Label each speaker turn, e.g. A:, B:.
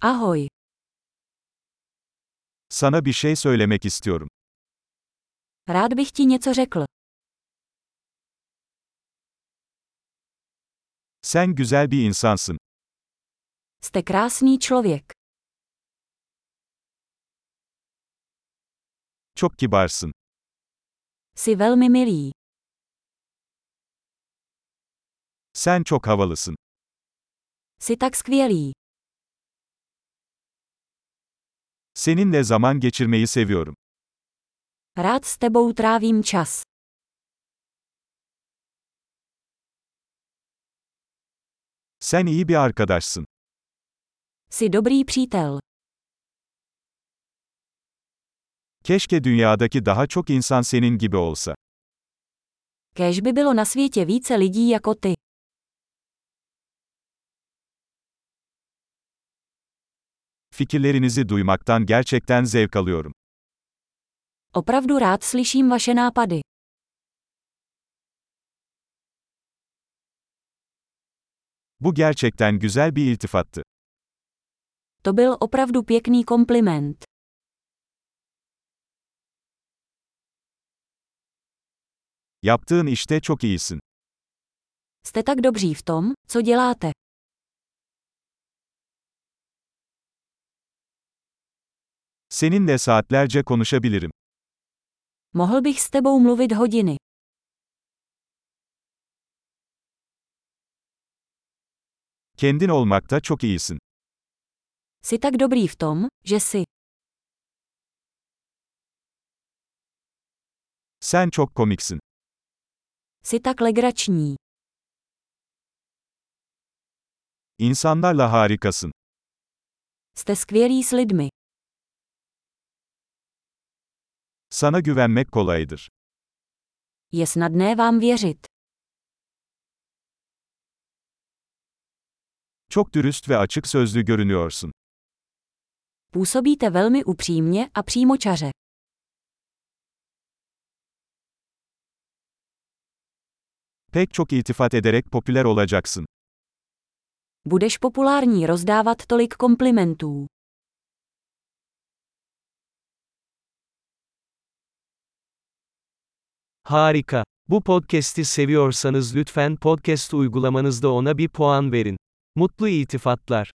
A: Ahoj,
B: Sana bir şey söylemek istiyorum.
A: rád bych ti něco řekl.
B: Sen güzel bir insansın.
A: Jste krásný člověk.
B: Çok kibarsın.
A: Jsi velmi milý.
B: Sen çok havalısın.
A: Jsi tak skvělý.
B: Seninle zaman geçirmeyi seviyorum.
A: Rád s tebou trávím čas.
B: Sen iyi bir arkadaşsın.
A: Jsi dobrý přítel.
B: Keşke dünyadaki daha çok insan senin gibi olsa.
A: Kéž by bylo na světě více lidí jako ty.
B: Fikirlerinizi duymaktan gerçekten zevk alıyorum.
A: Opravdu rád slyším vaše nápady.
B: Bu gerçekten güzel bir iltifattı.
A: To byl opravdu pěkný kompliment.
B: Yaptığın işte çok iyisin.
A: Jste tak dobří v tom, co děláte.
B: Seninle saatlerce konuşabilirim.
A: Mohl bych s tebou mluvit hodiny.
B: Kendin olmakta çok iyisin.
A: Jsi tak dobrý v tom, že jsi.
B: Sen çok komiksin.
A: Jsi tak legrační.
B: İnsanlarla harikasın.
A: Jste skvělý s lidmi.
B: Sana güvenmek kolaydır.
A: Je snadné vám věřit.
B: Çok dürüst ve açık sözlü görünüyorsun.
A: Působíte velmi upřímně a přímočaře.
B: Pek çok iltifat ederek popüler olacaksın.
A: Budeš populární rozdávat tolik komplimentů.
C: Harika. Bu podcast'i seviyorsanız lütfen podcast uygulamanızda ona bir puan verin. Mutlu iltifatlar.